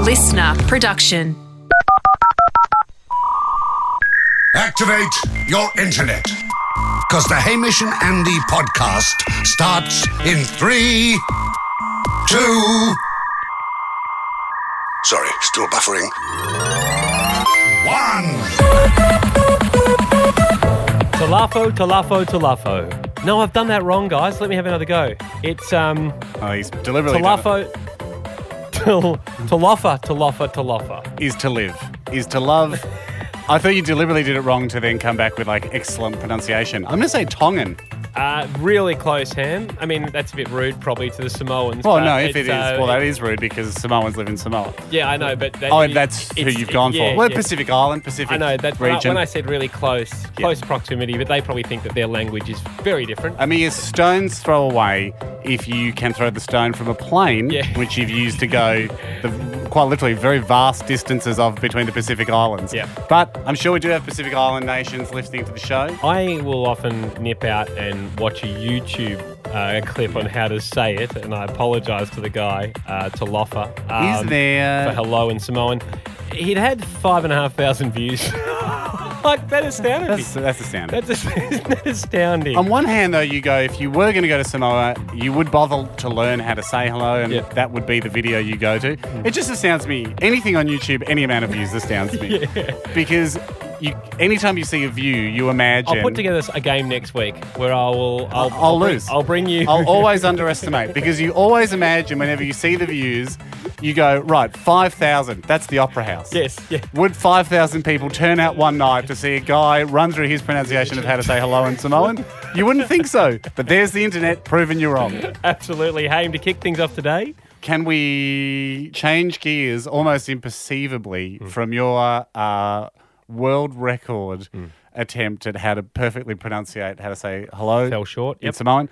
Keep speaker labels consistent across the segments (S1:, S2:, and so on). S1: listener production.
S2: Activate your internet. Because the Hamish and Andy podcast starts in three, two. Sorry, still buffering. One.
S3: Talafo, Talafo, Talafo. No, I've done that wrong, guys. Let me have another go. It's um
S4: Oh, he's deliberately. done it.
S3: Talafo, Tal Talafa, Talafa, Talafa.
S4: Is to live. Is to love. I thought you deliberately did it wrong to then come back with like excellent pronunciation. I'm going to say Tongan.
S3: Uh, really close, Ham. I mean, that's a bit rude, probably to the Samoans.
S4: Well,
S3: but
S4: no, if
S3: it's,
S4: it is,
S3: uh,
S4: well, that is rude because Samoans live in Samoa.
S3: Yeah, I know, but that,
S4: Oh, and that's who
S3: it's-
S4: you've
S3: it-
S4: gone for.
S3: yeah,
S4: well,
S3: yeah.
S4: Pacific Island, Pacific
S3: I know that when I-
S4: region.
S3: when I said really close, close proximity, but they probably think that their language is very different.
S4: I mean, a stone's throw away if you can throw the stone from a plane,
S3: Yeah.
S4: which you've used to go the, quite literally very vast distances of between the Pacific Islands.
S3: Yeah.
S4: But I'm sure we do have Pacific Island nations listening to the show.
S3: I will often nip out and watch a YouTube uh, clip on how to say it, and I apologise to the guy, uh, to Loffa. um,
S4: Is there-
S3: For hello in Samoan. He'd had five and a half thousand views. like, that astounded
S4: That's,
S3: me.
S4: that's astounding.
S3: That's, ast- that astounding.
S4: On one hand, though, you go, if you were going to go to Samoa, you would bother to learn how to say hello, and
S3: Yep.
S4: that would be the video you go to. It just astounds me. Anything on YouTube, any amount of views astounds me. Because you, anytime you see a view, you imagine.
S3: I'll put together a game next week where I will. I'll,
S4: I'll lose.
S3: Bring, I'll bring you.
S4: I'll always underestimate because you always imagine whenever you see the views, you go, right, 5,000, that's the Opera House.
S3: Yes, yeah.
S4: Would 5,000 people turn out one night to see a guy run through his pronunciation of how to say hello in Samoan? You wouldn't think so, but there's the internet proving you wrong.
S3: absolutely. Hey, to kick things off today.
S4: Can we change gears almost imperceivably
S3: Mm.
S4: from your uh, world record
S3: Mm.
S4: attempt at how to perfectly pronunciate how to say hello?
S3: Fell short,
S4: in
S3: yep.
S4: Samoan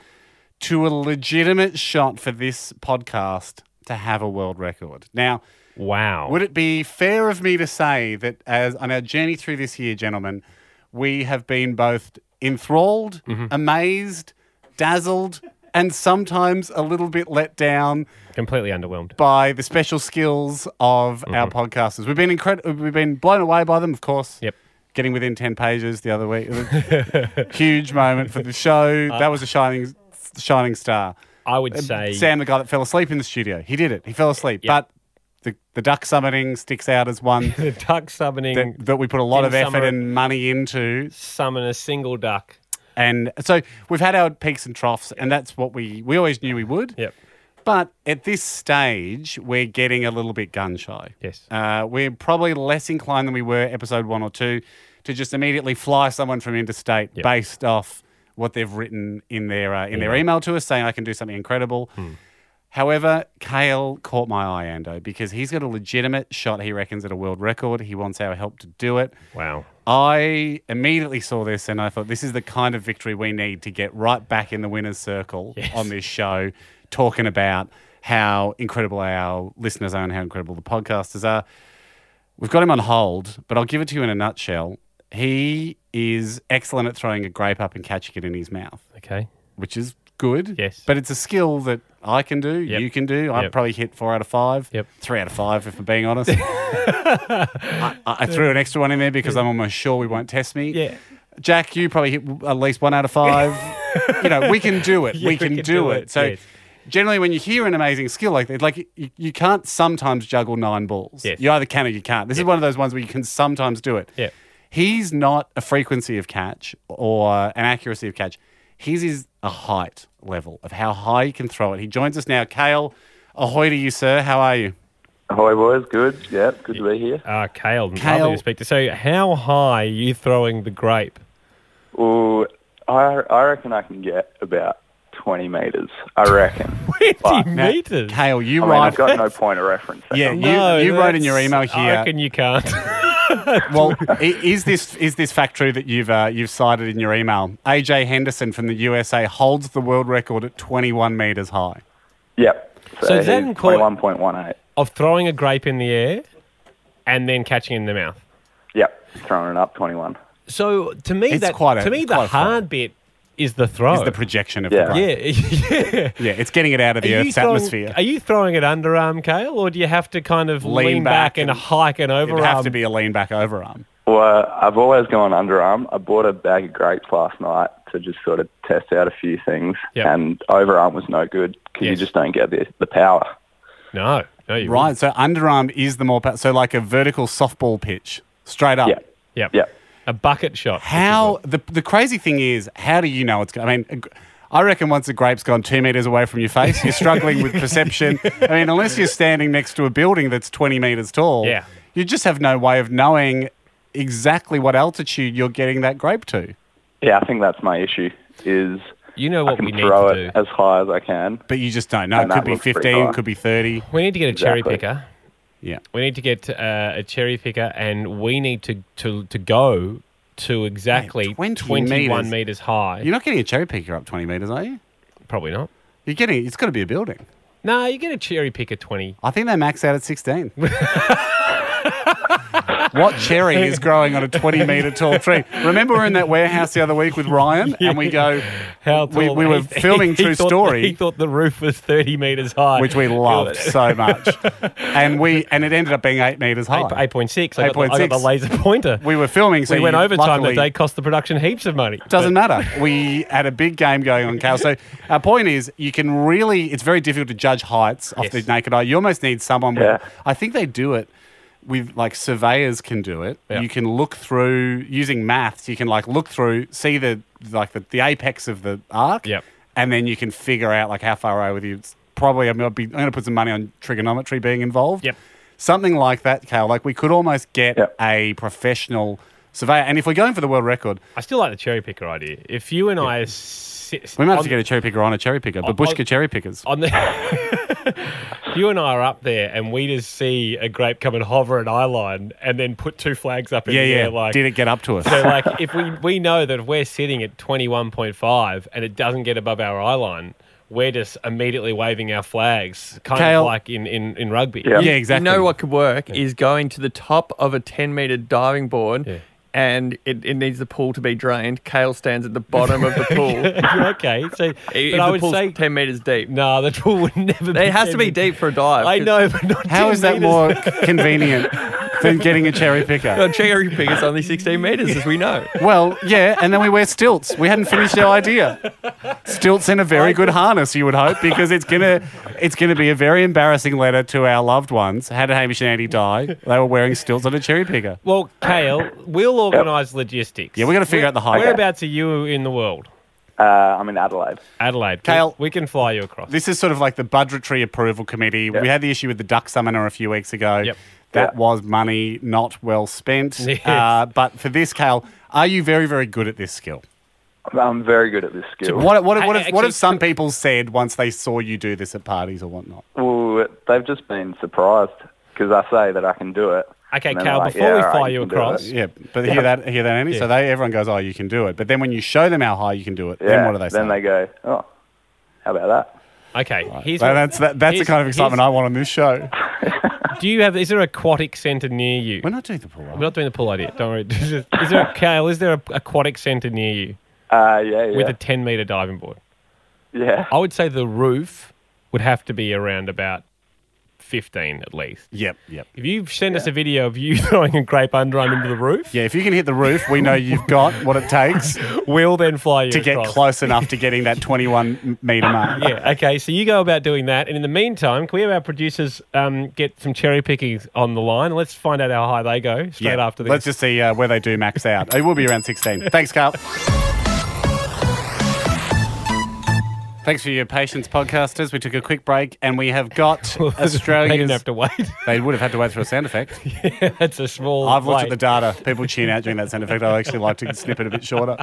S4: to a legitimate shot for this podcast to have a world record. Now,
S3: Wow.
S4: would it be fair of me to say that as on our journey through this year, gentlemen, we have been both enthralled,
S3: Mm-hmm.
S4: amazed, dazzled, and sometimes a little bit let down
S3: Completely underwhelmed.
S4: by the special skills of our podcasters. We've been incredible. We've been blown away by them, of course.
S3: Mm-hmm. Yep.
S4: Getting within ten pages the other week, huge moment for the show. that was a shining, shining star.
S3: I would Uh, say.
S4: Uh, Sam, the guy that fell asleep in the studio, he did it. He fell asleep,
S3: Yep.
S4: but the the duck summoning sticks out as one
S3: the duck summoning.
S4: that, that we put a lot
S3: In
S4: of effort
S3: summer-
S4: and money into.
S3: summon a single duck.
S4: And so we've had our peaks and troughs, and that's what we we always knew we would.
S3: Yep.
S4: But at this stage, we're getting a little bit gun shy.
S3: Yes.
S4: Uh, we're probably less inclined than we were episode one or two to just immediately fly someone from interstate
S3: Yep.
S4: based off what they've written in their uh, in their email to us saying I can do something incredible.
S3: Hmm.
S4: However, Kale caught my eye, Ando, because he's got a legitimate shot. He reckons at a world record. He wants our help to do it.
S3: Wow.
S4: I immediately saw this and I thought, this is the kind of victory we need to get right back in the winner's circle on this show, talking about how incredible our listeners are and how incredible the podcasters are. We've got him on hold, but I'll give it to you in a nutshell. He is excellent at throwing a grape up and catching it in his mouth,
S3: Okay.
S4: which is good.
S3: Yes.
S4: But it's a skill that I can do,
S3: Yep.
S4: you can do. I
S3: Yep.
S4: probably hit four out of five,
S3: Yep.
S4: three out of five, if I'm being honest. I, I threw an extra one in there because I'm almost sure we won't test me.
S3: Yeah.
S4: Jack, you probably hit at least one out of five. you know, we can do it.
S3: Yeah,
S4: we, can do, it. So,
S3: yes.
S4: generally, when you hear an amazing skill like that, like you, you can't sometimes juggle nine balls.
S3: Yes.
S4: You either can or you can't. This is one of those ones where you can sometimes do it.
S3: Yeah.
S4: He's not a frequency of catch or an accuracy of catch. His is a height level of how high he can throw it. He joins us now. Kale, ahoy to you, sir. How are you?
S5: Hi boys, good. Yeah, good to be here.
S3: Ah, Kale,
S4: Kale.
S3: lovely to speak to. So, how high are you throwing the grape?
S5: Ooh, I I reckon I can get about twenty meters. I reckon.
S3: 20
S5: Fuck.
S4: Now,
S3: metres.
S4: Kale, you
S5: I mean,
S4: ride.
S5: I've got no point of reference.
S4: Yeah,
S3: No,
S4: you, you wrote in
S3: that's-
S4: your email
S3: I
S4: here.
S3: reckon you can't.
S4: Well, i- is this is this fact true that you've uh, you've cited in your email? AJ Henderson from the USA holds the world record at 21 meters high.
S5: Yep.
S3: So
S5: So,
S3: then
S5: then
S3: call-
S5: twenty one point one eight.
S3: of throwing a grape in the air and then catching it in the mouth.
S5: Yep, throwing it up twenty one.
S3: So, to me,
S4: It's
S3: that,
S4: quite a-
S3: to me
S4: it's
S3: the
S4: quite a
S3: hard bit is the throw.
S4: Is the projection of
S5: Yeah.
S4: the brain.
S3: Oh. yeah, yeah.
S4: Yeah, it's getting it out of the
S3: Are you
S4: Earth's
S3: throwing-
S4: atmosphere.
S3: Are you throwing it underarm, Kale, or do you have to kind of lean,
S4: Lean
S3: back,
S4: back
S3: and,
S4: and-
S3: hike an overarm?
S4: It'd have to be a lean back overarm.
S5: Well, I've always gone underarm. I bought a bag of grapes last night to just sort of test out a few things,
S3: Yep.
S5: and overarm was no good because you
S3: Yes.
S5: just don't get the, the power.
S3: No, no, you
S4: Right, so underarm is the more pa- so like a vertical softball pitch straight up.
S5: Yeah,
S3: Yeah,
S5: yeah.
S3: A bucket shot. which is
S4: How the the crazy thing is, how do you know it's? go- I mean, a gr- I reckon once a grape's gone two meters away from your face, you're struggling with perception. I mean, unless you're standing next to a building that's twenty meters tall,
S3: Yeah.
S4: you just have no way of knowing exactly what altitude you're getting that grape to.
S5: Yeah, I think that's my issue. Is
S3: what- You know
S5: I
S3: what
S5: can
S3: we need
S5: throw
S3: to
S5: it
S3: do.
S5: as high as I can.
S4: But you just don't know.
S5: And
S4: it could
S5: that
S4: be
S5: looks pretty
S4: fifteen,
S5: high.
S4: could be thirty.
S3: We need to get a cherry
S5: Exactly.
S3: picker.
S4: Yeah.
S3: We need to get uh, a cherry picker, and we need to to, to go to exactly
S4: Mate, 20
S3: twenty-one
S4: metres.
S3: meters high.
S4: You're not getting a cherry picker up twenty meters, are you?
S3: Probably not.
S4: You're getting. It's got to be a building.
S3: No, you get a cherry picker twenty.
S4: I think they max out at 16. what cherry is growing on a 20 metre tall tree? Remember, we were in that warehouse the other week with Ryan, and we go,
S3: How
S4: We-
S3: tall-
S4: we were filming True
S3: thought,
S4: Story.
S3: He thought the roof was thirty meters high,
S4: which we loved so much, and we and it ended up being eight metres high.
S3: Eight point six. I, got the- I got
S4: 8.6.
S3: the laser pointer.
S4: we were filming, so
S3: we went
S4: you-
S3: overtime that
S4: luckily-
S3: day, cost the production heaps of money.
S4: Doesn't matter. We had a big game going on, Cal. So our point is, you can really, it's very difficult to judge heights off
S3: Yes.
S4: the naked eye. You almost need someone with,
S5: Yeah.
S4: I think they do it with like surveyors can do it.
S3: Yeah.
S4: You can look through, using maths, you can like look through, see the, like the, the apex of the arc.
S3: Yep.
S4: And then you can figure out like how far away with you. It's probably, I'm going to put some money on trigonometry being involved.
S3: Yep.
S4: Something like that, Cal. Like we could almost get
S5: Yep.
S4: a professional surveyor. And if we're going for the world record,
S3: I still like the cherry picker idea. If you and I sit
S4: We might have
S3: on-
S4: to get a cherry picker on a cherry picker,
S3: on-
S4: but Bushka cherry pickers.
S3: on the you and I are up there and we just see a grape come and hover an eye line and then put two flags up in
S4: Yeah,
S3: the
S4: yeah.
S3: air like
S4: Did it get up to us?
S3: so like if we we know that if we're sitting at 21.5 and it doesn't get above our eye line we're just immediately waving our flags kind of
S4: Kale.
S3: like in, in, in rugby
S5: Yeah.
S4: yeah, exactly.
S1: You know what could work is going to the top of a 10 meter diving board
S3: Yeah.
S1: and it, it needs the pool to be drained. Kale stands at the bottom of the pool. I-
S3: okay so
S1: if
S3: but I
S1: the
S3: would
S1: pool's
S3: say
S1: 10 meters deep.
S3: no the pool would never be
S1: It has to be
S3: 10.
S1: deep for a dive.
S3: I
S1: 'cause
S3: know but not
S4: How
S3: 10
S4: is that
S3: metres.
S4: more convenient than getting a cherry picker?
S1: A cherry picker's only 16 meters, as we know.
S4: Well, yeah, and then we wear stilts. We hadn't finished our idea. Stilts in a very good harness, you would hope, because it's gonna it's gonna be a very embarrassing letter to our loved ones. Had Hamish and Andy die, they were wearing stilts on a cherry picker.
S3: well Kale we'll organise logistics
S4: Yeah, we're gonna figure out the height.
S3: whereabouts are you in the world
S5: Uh, I'm in Adelaide.
S3: Adelaide.
S4: Kale-
S3: we, we can fly you across.
S4: This is sort of like the budgetary approval committee. We had the issue with the duck summoner a few weeks ago.
S3: Yep.
S4: That
S5: Yeah.
S4: was money not well spent.
S3: Yes.
S4: Uh, but for this, Kale, are you very, very good at this skill?
S5: I'm very good at this skill.
S4: What, what,
S3: I-
S4: what,
S3: I
S4: have, what
S3: actually-
S4: have some people said once they saw you do this at parties or whatnot?
S5: Well, they've just been surprised because I say that I can do it.
S3: Okay,
S5: and then
S3: Cal,
S5: they're like,
S3: before
S5: "Yeah,
S3: we
S5: all right,
S3: fire you
S5: can do
S3: across,
S5: it."
S4: Yeah, but hear that, hear that, Andy.
S3: Yeah.
S4: So they, everyone goes, "Oh, you can do it," but then when you show them how high you can do it, then
S5: Yeah,
S4: what do they say?
S5: Then they go, oh, how about that?
S3: okay. Here's
S4: Well,
S3: what-
S4: that's that, that's the
S3: here's-
S4: kind of excitement I want on this show.
S3: here's- Do you have? Is there an aquatic centre near you?
S4: We're not doing the pool. are we?
S3: We're not doing the pool idea. Don't worry. is there a, Kale? Is there an aquatic centre near you
S5: Uh, yeah, yeah.
S3: with a ten metre diving board?
S5: yeah.
S3: I would say the roof would have to be around about fifteen at least.
S4: Yep, yep.
S3: If you send us a video of you throwing a grape underarm into the roof,
S4: Yeah, if you can hit the roof, we know you've got what it takes.
S3: we'll then fly you
S4: to get
S3: across.
S4: close enough to getting that 21 meter mark.
S3: yeah. Okay. So you go about doing that, and in the meantime, can we have our producers um, get some cherry pickings on the line? Let's find out how high they go straight
S4: Yeah.
S3: after this.
S4: Let's just see uh, where they do max out. It will be around 16. Thanks, Carl. Thanks for your patience, podcasters. We took a quick break and we have got
S3: They didn't
S4: Australia's.
S3: have to wait.
S4: They would have had to wait for a sound effect.
S3: That's a small.
S4: I've looked at the
S3: wait.
S4: data. People tune out during that sound effect. I actually like to snip it a bit shorter.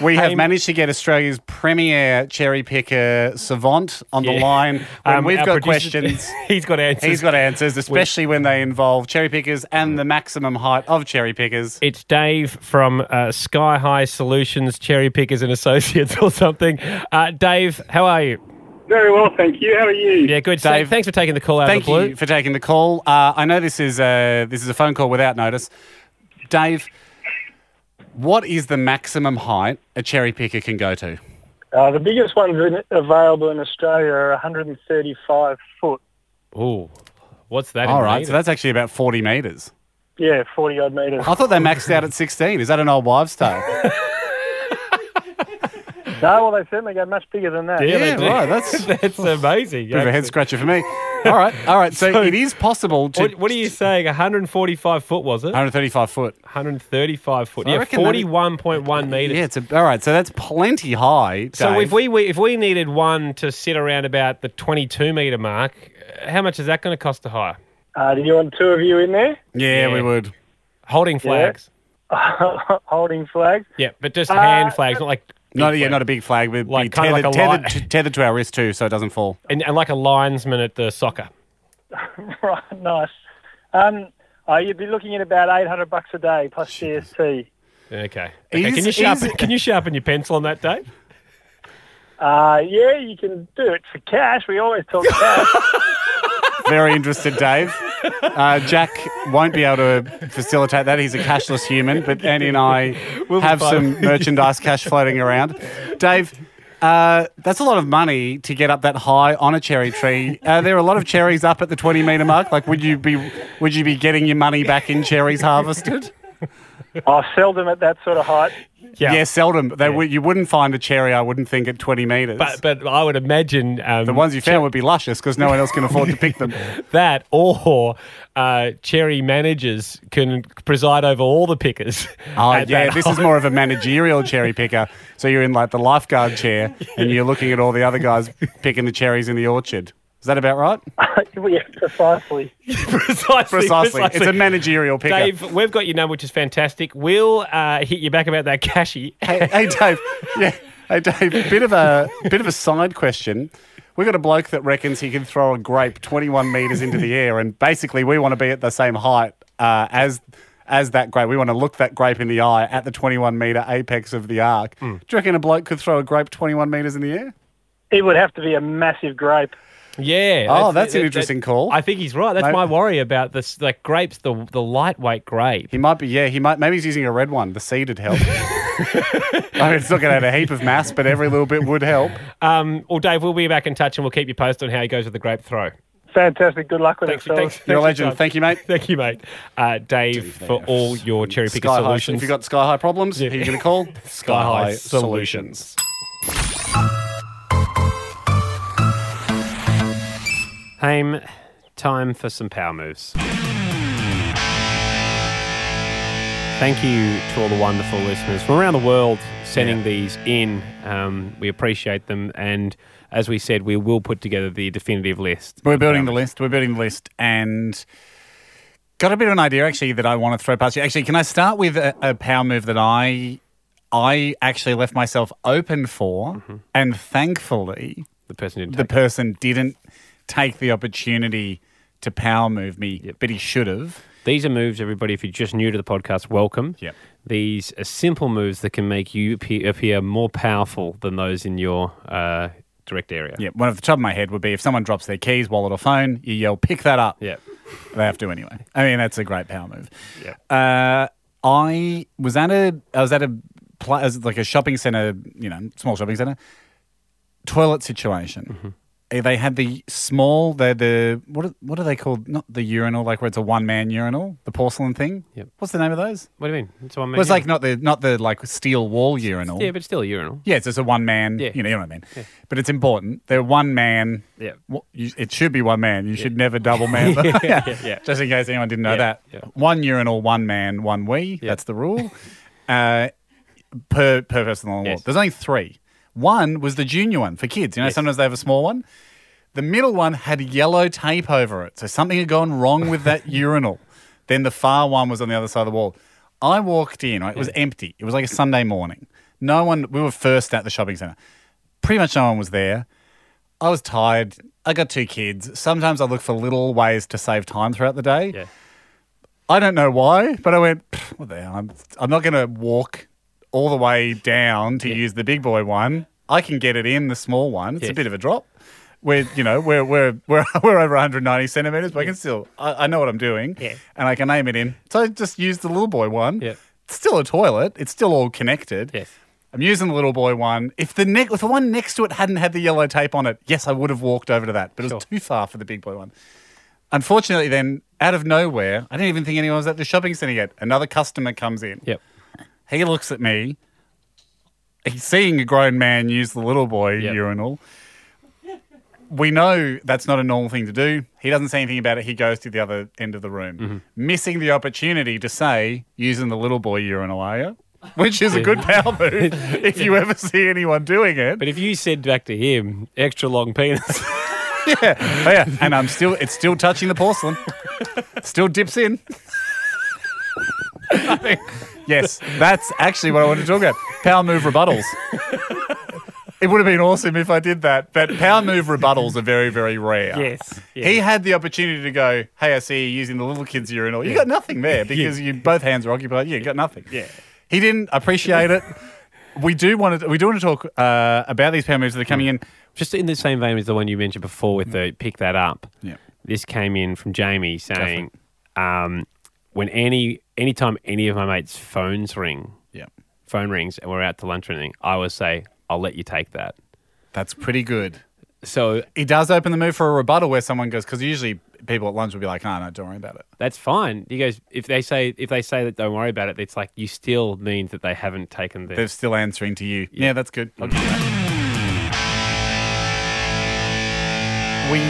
S4: We have managed to get Australia's premier cherry picker savant on the
S3: Yeah.
S4: line. When
S3: Um,
S4: we've
S3: our
S4: got
S3: producer-
S4: questions.
S3: He's got answers.
S4: He's got answers, especially when they involve cherry pickers and the maximum height of cherry pickers.
S3: It's Dave from uh, Sky High Solutions Cherry Pickers and Associates or something. Uh, Dave, how are you?
S6: Very well, thank you. How are you?
S3: Yeah, good. So
S4: Dave,
S3: thanks for taking the call out
S4: Thank
S3: of the blue.
S4: you for taking the call. Uh, I know this is a, this is a phone call without notice. Dave, What is the maximum height a cherry picker can go to?
S6: Uh, the biggest ones in, available in Australia are 135 foot.
S3: Ooh, what's that?
S4: All
S3: in
S4: right,
S3: meters?
S4: so that's actually about 40 metres.
S6: Yeah, 40 odd metres.
S4: I thought they maxed out at 16. Is that an old wives' tale?
S6: No, well, they certainly go much bigger than that.
S3: yeah, they
S4: yeah,
S3: do.
S4: right, that's-
S3: that's amazing.
S4: Bit of a head scratcher for me. All right, all right. So, it is possible to.
S3: What, what are you saying? 145 foot was it?
S4: 135 foot.
S3: 135 foot.
S4: So Uh, I
S3: yeah,
S4: reckon that-
S3: 41.1 meters.
S4: Yeah, it's a, all right. So that's plenty high.
S3: So
S4: Dave.
S3: if we, we if we needed one to sit around about the 22 meter mark, uh, how much is that going to cost to hire?
S6: Uh, do you want two of you in there
S4: yeah,
S3: Yeah.
S4: we would.
S3: Holding flags.
S6: holding flags?
S3: Yeah, but
S4: Uh,
S3: just hand flags, not like
S4: Not yeah, not a big flag. We'd
S3: Like,
S4: be
S3: kinda
S4: tethered,
S3: like a
S4: tethered,
S3: light.
S4: to, tethered to our wrist too, so it doesn't fall.
S3: and, and like a linesman at the soccer.
S6: Right, nice. Um, uh, you'd be looking at about 800 bucks a day plus GST.
S3: Okay.
S4: Is-
S3: okay. can you sharpen
S4: is-
S3: Can you sharpen your pencil on that, Dave?
S6: Uh, yeah, you can do it for cash. We always talk cash.
S4: Very interested, Dave. Uh, Jack won't be able to facilitate that. He's a cashless human, but Annie and I have some merchandise cash floating around. Dave, uh, that's a lot of money to get up that high on a cherry tree. Are there a lot of cherries up at the twenty meter mark? Like, would you be would you be getting your money back in cherries harvested?
S6: I seldom at that sort of height.
S3: Yeah.
S4: Yeah, seldom. They would you wouldn't find a cherry, I wouldn't think, at twenty meters.
S3: But but I would imagine um,
S4: the ones you found would be luscious because no one else can afford to pick them.
S3: that or uh, cherry managers can preside over all the pickers.
S4: Oh
S3: at
S4: yeah,
S3: that
S4: this is more of a managerial cherry picker. So you're in like the lifeguard chair and you're looking at all the other guys picking the cherries in the orchard. Is that about right?
S6: yeah, precisely.
S3: precisely,
S4: Precisely. It's a managerial picker.
S3: Dave, we've got your number, which is fantastic. We'll uh, hit you back about that cashy.
S4: Hey, hey Dave. Yeah. Hey Dave, bit of a bit of a side question. We've got a bloke that reckons he can throw a grape 21 meters into the air and basically we want to be at the same height uh, as as that grape. We want to look that grape in the eye at the 21 meter apex of the arc. Do you reckon a bloke could throw a grape 21 meters in the air?
S6: It would have to be a massive grape.
S3: Yeah.
S4: Oh, that's an interesting call.
S3: I think he's right. That's
S4: Mate-
S3: my worry about this. Like grapes, the the lightweight grape.
S4: He might be, yeah, he might. Maybe he's using a red one. The seeded help. I mean, it's not going to add a heap of mass, but every little bit would help.
S3: Um, well, Dave, we'll be back in touch and we'll keep you posted on how he goes with the grape throw.
S6: Fantastic. Good luck with
S3: Thanks,
S6: it, fellas.
S3: thanks,
S4: You're a
S3: thanks for your
S4: legend.
S3: time.
S4: Thank you, mate.
S3: Thank you, mate. Uh, Dave, for all your cherry picker
S4: Sky High.
S3: solutions.
S4: If you've got sky high problems, who are you going to call? Sky
S3: High
S4: Solutions.
S3: Haim, time for some power moves. Thank you to all the wonderful listeners from around the world sending these in. Um, we appreciate them. And as we said, we will put together the definitive list.
S4: We're building the list. We're building the list, and got a bit of an idea actually that I want to throw past you. Actually, can I start with a, a power move that I I actually left myself open for,
S3: Mm-hmm.
S4: and thankfully
S3: The person who didn't
S4: the
S3: take
S4: person didn't take the opportunity to power move me, but he should have.
S3: it. These are moves, everybody. If you're just new to the podcast, welcome.
S4: Yep.
S3: These are simple moves that can make you appear, appear more powerful than those in your uh, direct area.
S4: Yeah, one off the top of my head would be if someone drops their keys, wallet, or phone, you yell, pick that up.
S3: Yeah.
S4: They have to anyway. I mean, that's a great power move.
S3: Yep.
S4: Uh, I was at a, I was at a, pla- I was like a shopping center, you know, small shopping center, toilet
S3: Mm-hmm.
S4: situation. Uh, They had the small, they're the, what are, what are they called? Not the urinal, like where it's a one man urinal, the porcelain thing.
S3: Yep.
S4: What's the name of those?
S3: What do you mean? It's, one
S4: Well, it's like not the, not the like steel wall urinal.
S3: yeah, but still a urinal.
S4: Yeah, it's just a one man.
S3: Yeah.
S4: You, know, you know what I mean. But it's important. They're one man.
S3: Yeah.
S4: Wha- you- It should be one man. You should never double man. them. yeah.
S3: yeah.
S4: Just in case anyone didn't know
S3: Yeah,
S4: that.
S3: yeah.
S4: One urinal, one man, one we. That's the rule. uh, per per person on the wall.
S3: Yes.
S4: There's only three. One was the junior one for kids. You know, sometimes they have a small one. The middle one had yellow tape over it. So something had gone wrong with that urinal. Then the far one was on the other side of the wall. I walked in, right? It was empty. It was like a Sunday morning. No one, we were first at the shopping centre. Pretty much no one was there. I was tired. I got two kids. Sometimes I look for little ways to save time throughout the day.
S3: Yeah.
S4: I don't know why, but I went, "Pfft, what the hell? I'm, I'm not going to walk all the way down to use the big boy one. I can get it in the small one. It's a
S3: Yes.
S4: bit of a drop. We're, you know, we're, we're, we're, we're over 190 centimeters, but I can still, I, I know what I'm doing.
S3: Yeah.
S4: And I can aim it in. So I just used the little boy one.
S3: Yeah.
S4: It's still a toilet. It's still all connected.
S3: Yes.
S4: I'm using the little boy one. If the ne- if the one next to it hadn't had the yellow tape on it, yes, I would have walked over to that. But it was too far for the big boy one. Unfortunately, then out of nowhere, I didn't even think anyone was at the shopping centre yet. Another customer comes in.
S3: Yep.
S4: He looks at me. He's seeing a grown man use the little boy
S3: Yep.
S4: urinal. We know that's not a normal thing to do. He doesn't say anything about it. He goes to the other end of the room, missing the opportunity to say, using the little boy urinal, are you? Which is a good power move if you ever see anyone doing it.
S3: But if you said back to him, extra long penis,
S4: Oh, yeah. And I'm still, it's still touching the porcelain. Still dips in. yes, that's actually what I want to talk about. Power move rebuttals. It would have been awesome if I did that, but power move rebuttals are very, very rare.
S3: yes,
S4: He had the opportunity to go, Hey, I see you using the little kids' urinal. You got nothing there because you both hands are occupied. Yeah, you got nothing. Yeah. He didn't appreciate it. We do want to we do want to talk uh, about these power moves that are coming in.
S3: Just in the same vein as the one you mentioned before with the pick that up.
S4: Yeah.
S3: This came in from Jamie saying, um, when any anytime any of my mates' phones ring,
S4: Yeah.
S3: phone rings, and we're out to lunch or anything, I always say, "I'll let you take that."
S4: That's pretty good.
S3: So
S4: He does open the move for a rebuttal where someone goes, because usually people at lunch will be like, "Ah, no, no, don't worry about it.
S3: that's fine. He goes, if they say if they say that don't worry about it, it's like you still mean that they haven't taken the.
S4: They're still answering to you. Yeah, that's good. I'll give you that. We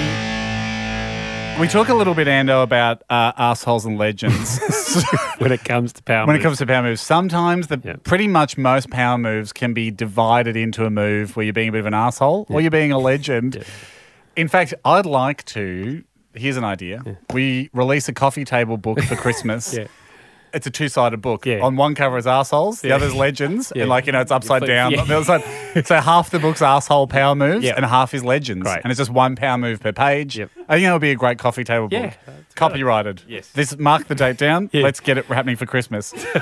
S4: we talk a little bit, Ando, about uh, assholes and legends
S3: when it comes to power.
S4: when it
S3: moves.
S4: comes to power moves. Sometimes the
S3: Yeah.
S4: pretty much most power moves can be divided into a move where you're being a bit of an asshole or you're being a legend. In fact, I'd like to. Here's an idea. We release a coffee table book for Christmas.
S3: Yeah.
S4: It's a two sided book.
S3: Yeah.
S4: On one cover is assholes, the
S3: Yeah.
S4: other's legends,
S3: Yeah.
S4: and like you know, it's upside
S3: flip-
S4: down.
S3: yeah.
S4: on the other side. So half the book's asshole power moves,
S3: Yeah.
S4: and half is legends,
S3: Great.
S4: and it's just one power move per page.
S3: Yep.
S4: I think that would be a great coffee table
S3: Yeah,
S4: book.
S3: that's great.
S4: Copyrighted.
S3: Yes.
S4: This mark the date down.
S3: Yeah.
S4: Let's get it happening for Christmas.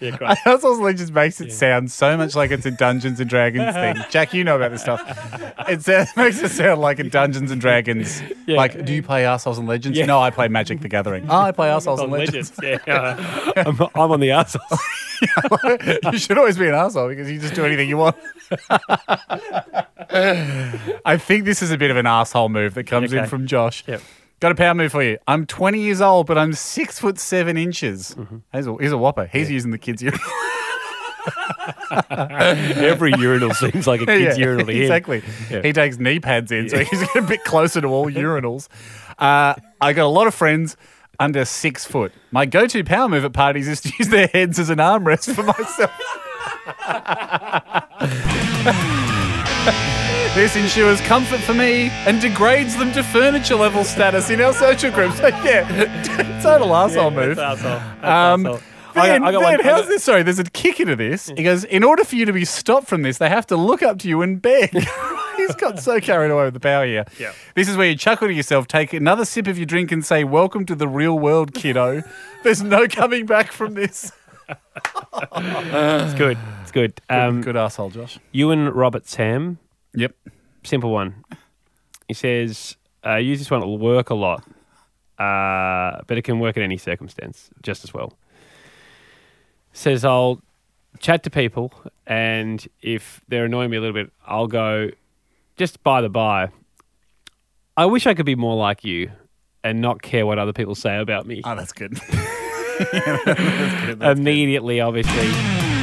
S3: Yeah, great.
S4: Assholes and Legends makes it sound so much like it's a Dungeons and Dragons thing. Jack, you know about this stuff. It sounds, makes it sound like a Dungeons and Dragons.
S3: Yeah.
S4: Like, do you play Assholes and Legends?
S3: Yeah.
S4: No, I play Magic the Gathering. Oh, I play Assholes
S3: On
S4: and Legends.
S3: legends, yeah. I'm, I'm on the arsehole.
S4: you should always be an asshole because you just do anything you want. I think this is a bit of an asshole move that comes in
S3: Okay.
S4: from Josh.
S3: Yep.
S4: Got a power move for you. I'm 20 years old, but I'm six foot seven inches.
S3: Mm-hmm.
S4: He's, a, he's a whopper. He's using the kids' urinal.
S3: Every urinal seems like a kid's
S4: Yeah,
S3: urinal to him.
S4: Exactly.
S3: Yeah.
S4: He takes knee pads in, so he's a bit closer to all urinals. Uh, I got a lot of friends under six foot. My go-to power move at parties is to use their heads as an armrest for myself. This ensures comfort for me and degrades them to furniture level status in our social groups. So, yeah, total asshole move. Um, then,
S3: I got
S4: then
S3: one- I
S4: how's
S3: got-
S4: this? Sorry, there's a kick into this. He goes, in order for you to be stopped from this, they have to look up to you and beg. He's got so carried away with the power here.
S3: Yeah.
S4: This is where you chuckle to yourself, take another sip of your drink, and say, Welcome to the real world, kiddo. There's no coming back from this.
S3: It's good. It's good. Um,
S4: Good asshole, Josh.
S3: Ewan Robert Sam,
S4: Yep.
S3: simple one. He says, uh, I use this one, it'll work a lot, uh, but it can work in any circumstance just as well. Says, I'll chat to people, and if they're annoying me a little bit, I'll go, just by the by, I wish I could be more like you and not care what other people say about me.
S4: Oh, that's good.
S3: immediately, obviously,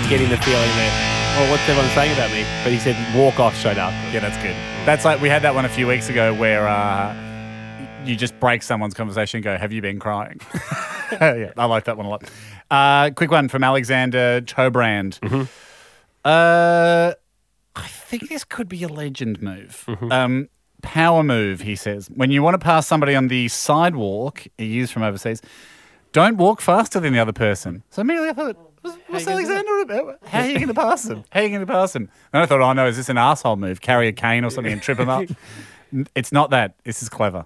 S3: getting the feeling that, well, what's everyone saying about me? But he said, walk off straight after.
S4: Yeah, that's good. That's like we had that one a few weeks ago where uh, you just break someone's conversation and go, Have you been crying? yeah, I like that one a lot. Uh, quick one from Alexander Tobrand. Uh, I think this could be a legend move. Um, power move, he says. When you want to pass somebody on the sidewalk, he used from overseas, don't walk faster than the other person. So immediately I thought, what's, what's Alexander about? How are you going to pass him? How are you going to pass him? And I thought, oh no, is this an asshole move? Carry a cane or something and trip him up? N- it's not that. This is clever.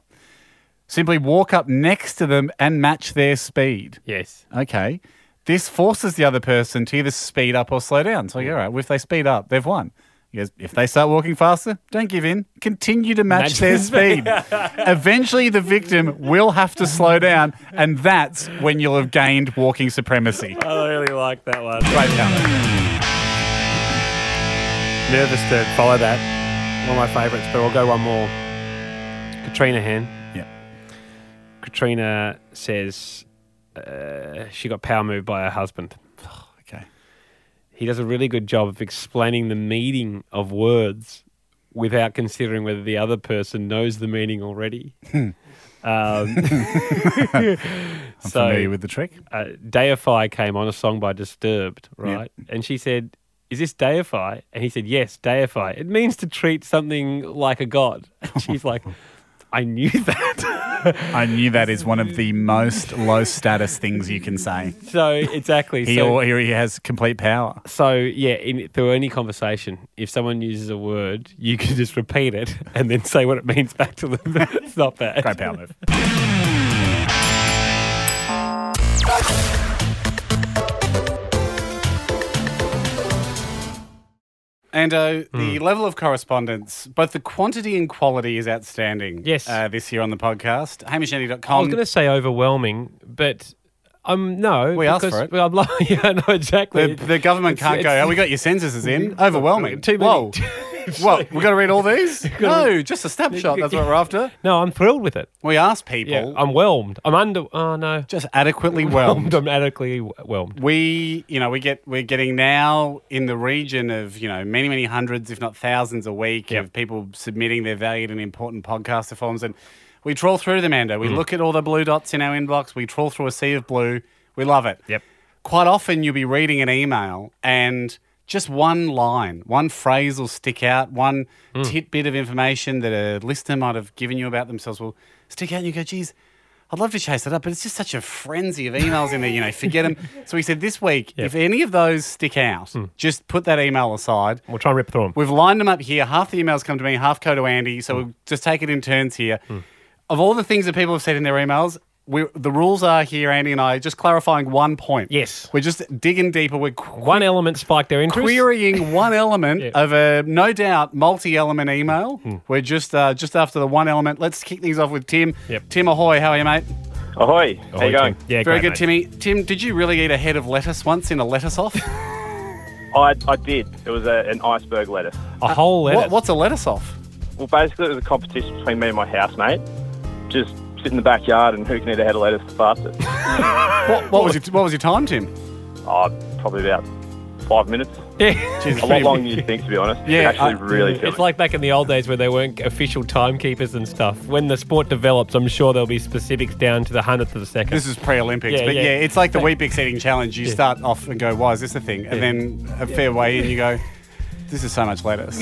S4: Simply walk up next to them and match their speed.
S3: Yes.
S4: Okay. This forces the other person to either speed up or slow down. So, yeah, all right, well, if they speed up, they've won. He goes, if they start walking faster, don't give in. Continue to match their speed. Eventually, the victim will have to slow down, and that's when you'll have gained walking supremacy.
S3: I really like that one.
S4: Great talent.
S3: Nervous to follow that. One of my favourites, but I'll go one more. Katrina Han.
S4: Yeah.
S3: Katrina says uh, she got power moved by her husband.
S4: Okay.
S3: He does a really good job of explaining the meaning of words without considering whether the other person knows the meaning already. um,
S4: Hmm. I'm
S3: So-
S4: familiar with the trick.
S3: uh, Deify came on a song by Disturbed, right? And she said, Is this Deify? And he said, Yes, Deify. It means to treat something like a god. And she's like, I knew that.
S4: I knew that is one of the most low status things you can say.
S3: so, exactly.
S4: He,
S3: so,
S4: or, he has complete power.
S3: so, yeah, in, through any conversation, if someone uses a word, you can just repeat it and then say what it means back to them. it's not bad.
S4: Great power move. And uh, the level of correspondence, both the quantity and quality, is outstanding.
S3: Yes.
S4: Uh, this year on the podcast,
S3: I was
S4: hamishandy.com.
S3: going to say overwhelming, but um, no.
S4: We asked
S3: because-
S4: for it.
S3: Well, I'm like, yeah, no, exactly.
S4: The, the government
S3: It's-
S4: can't go,
S3: it's-
S4: oh, we got your censuses in. Overwhelming.
S3: Too many-
S4: Whoa. Whoa, we got to read all these? No, just a snapshot. That's what we're after.
S3: no, I'm thrilled with it.
S4: We asked people,
S3: Yeah, I'm whelmed. I'm under. Oh no,
S4: just adequately whelmed.
S3: I'm adequately whelmed.
S4: we you know we get we're getting now in the region of you know many many hundreds if not thousands a week
S3: Yep.
S4: of people submitting their valued and important podcaster forms and we trawl through them Ando.
S3: Mm.
S4: we look at all the blue dots in our inbox we trawl through a sea of blue we love it
S3: Yep.
S4: quite often you'll be reading an email and just one line, one phrase will stick out, one tidbit of information that a listener might have given you about themselves will stick out, and you go, geez, I'd love to chase that up, but it's just such a frenzy of emails in there, you know, forget them. So he said this week, if any of those stick out, just put that email aside.
S3: We'll try and rip through them.
S4: We've lined them up here. Half the emails come to me, half go to Andy.
S3: Hmm.
S4: So we'll just take it in turns here. Of all the things that people have said in their emails, we the rules are here, Andy and I, just clarifying one point.
S3: Yes.
S4: We're just digging deeper. We're qu-
S3: One element spiked their interest.
S4: querying one element
S3: Yeah. Hmm.
S4: of a no doubt multi element email. We're just uh, just after the one element. Let's kick things off with Tim.
S3: Yep.
S4: Tim, ahoy. How are you, mate?
S5: Ahoy, how you going?
S3: Yeah,
S4: Very
S3: great,
S4: good,
S3: mate.
S4: Timmy. Tim, did you really eat a head of lettuce once in a lettuce off?
S5: I, I did. It was a, an iceberg lettuce.
S3: A whole lettuce.
S4: what, what's a lettuce off?
S5: Well, basically, it was a competition between me and my housemate. Just sit in the backyard and who can eat a head of lettuce the fastest.
S4: What, what, was your, what was your time, Tim?
S5: oh, probably about five minutes.
S3: Yeah.
S5: A lot longer than you think, to be honest.
S4: Yeah,
S5: it actually
S4: I-
S5: really feels
S3: It's like back in the old days where they weren't official timekeepers and stuff. When the sport develops, I'm sure there'll be specifics down to the hundredth of a second.
S4: This is pre-Olympics,
S3: Yeah,
S4: but yeah.
S3: yeah.
S4: it's like the Weet-Bix eating challenge. You start off and go, "Why is this a thing?" And then a fair way in, you go, "This is so much lettuce."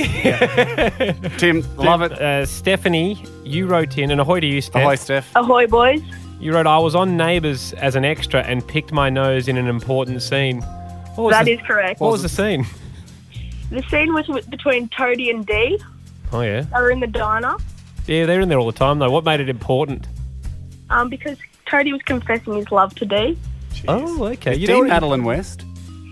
S4: Tim, love it.
S3: Uh, Stephanie, you wrote in, and ahoy to you, Steph.
S4: Ahoy, Steph.
S7: Ahoy, boys.
S3: You wrote, I was on Neighbours as an extra and picked my nose in an important scene. What was
S7: That
S3: the-
S7: is correct.
S3: What was the scene?
S7: The scene was w- between Toadie and Dee.
S3: Oh, yeah.
S7: They were in the diner
S3: Yeah, they're in there all the time, though. What made it important?
S7: um, because Toadie was confessing his love to Dee.
S3: Oh, okay.
S4: You
S3: You know, what-
S4: Madeline West?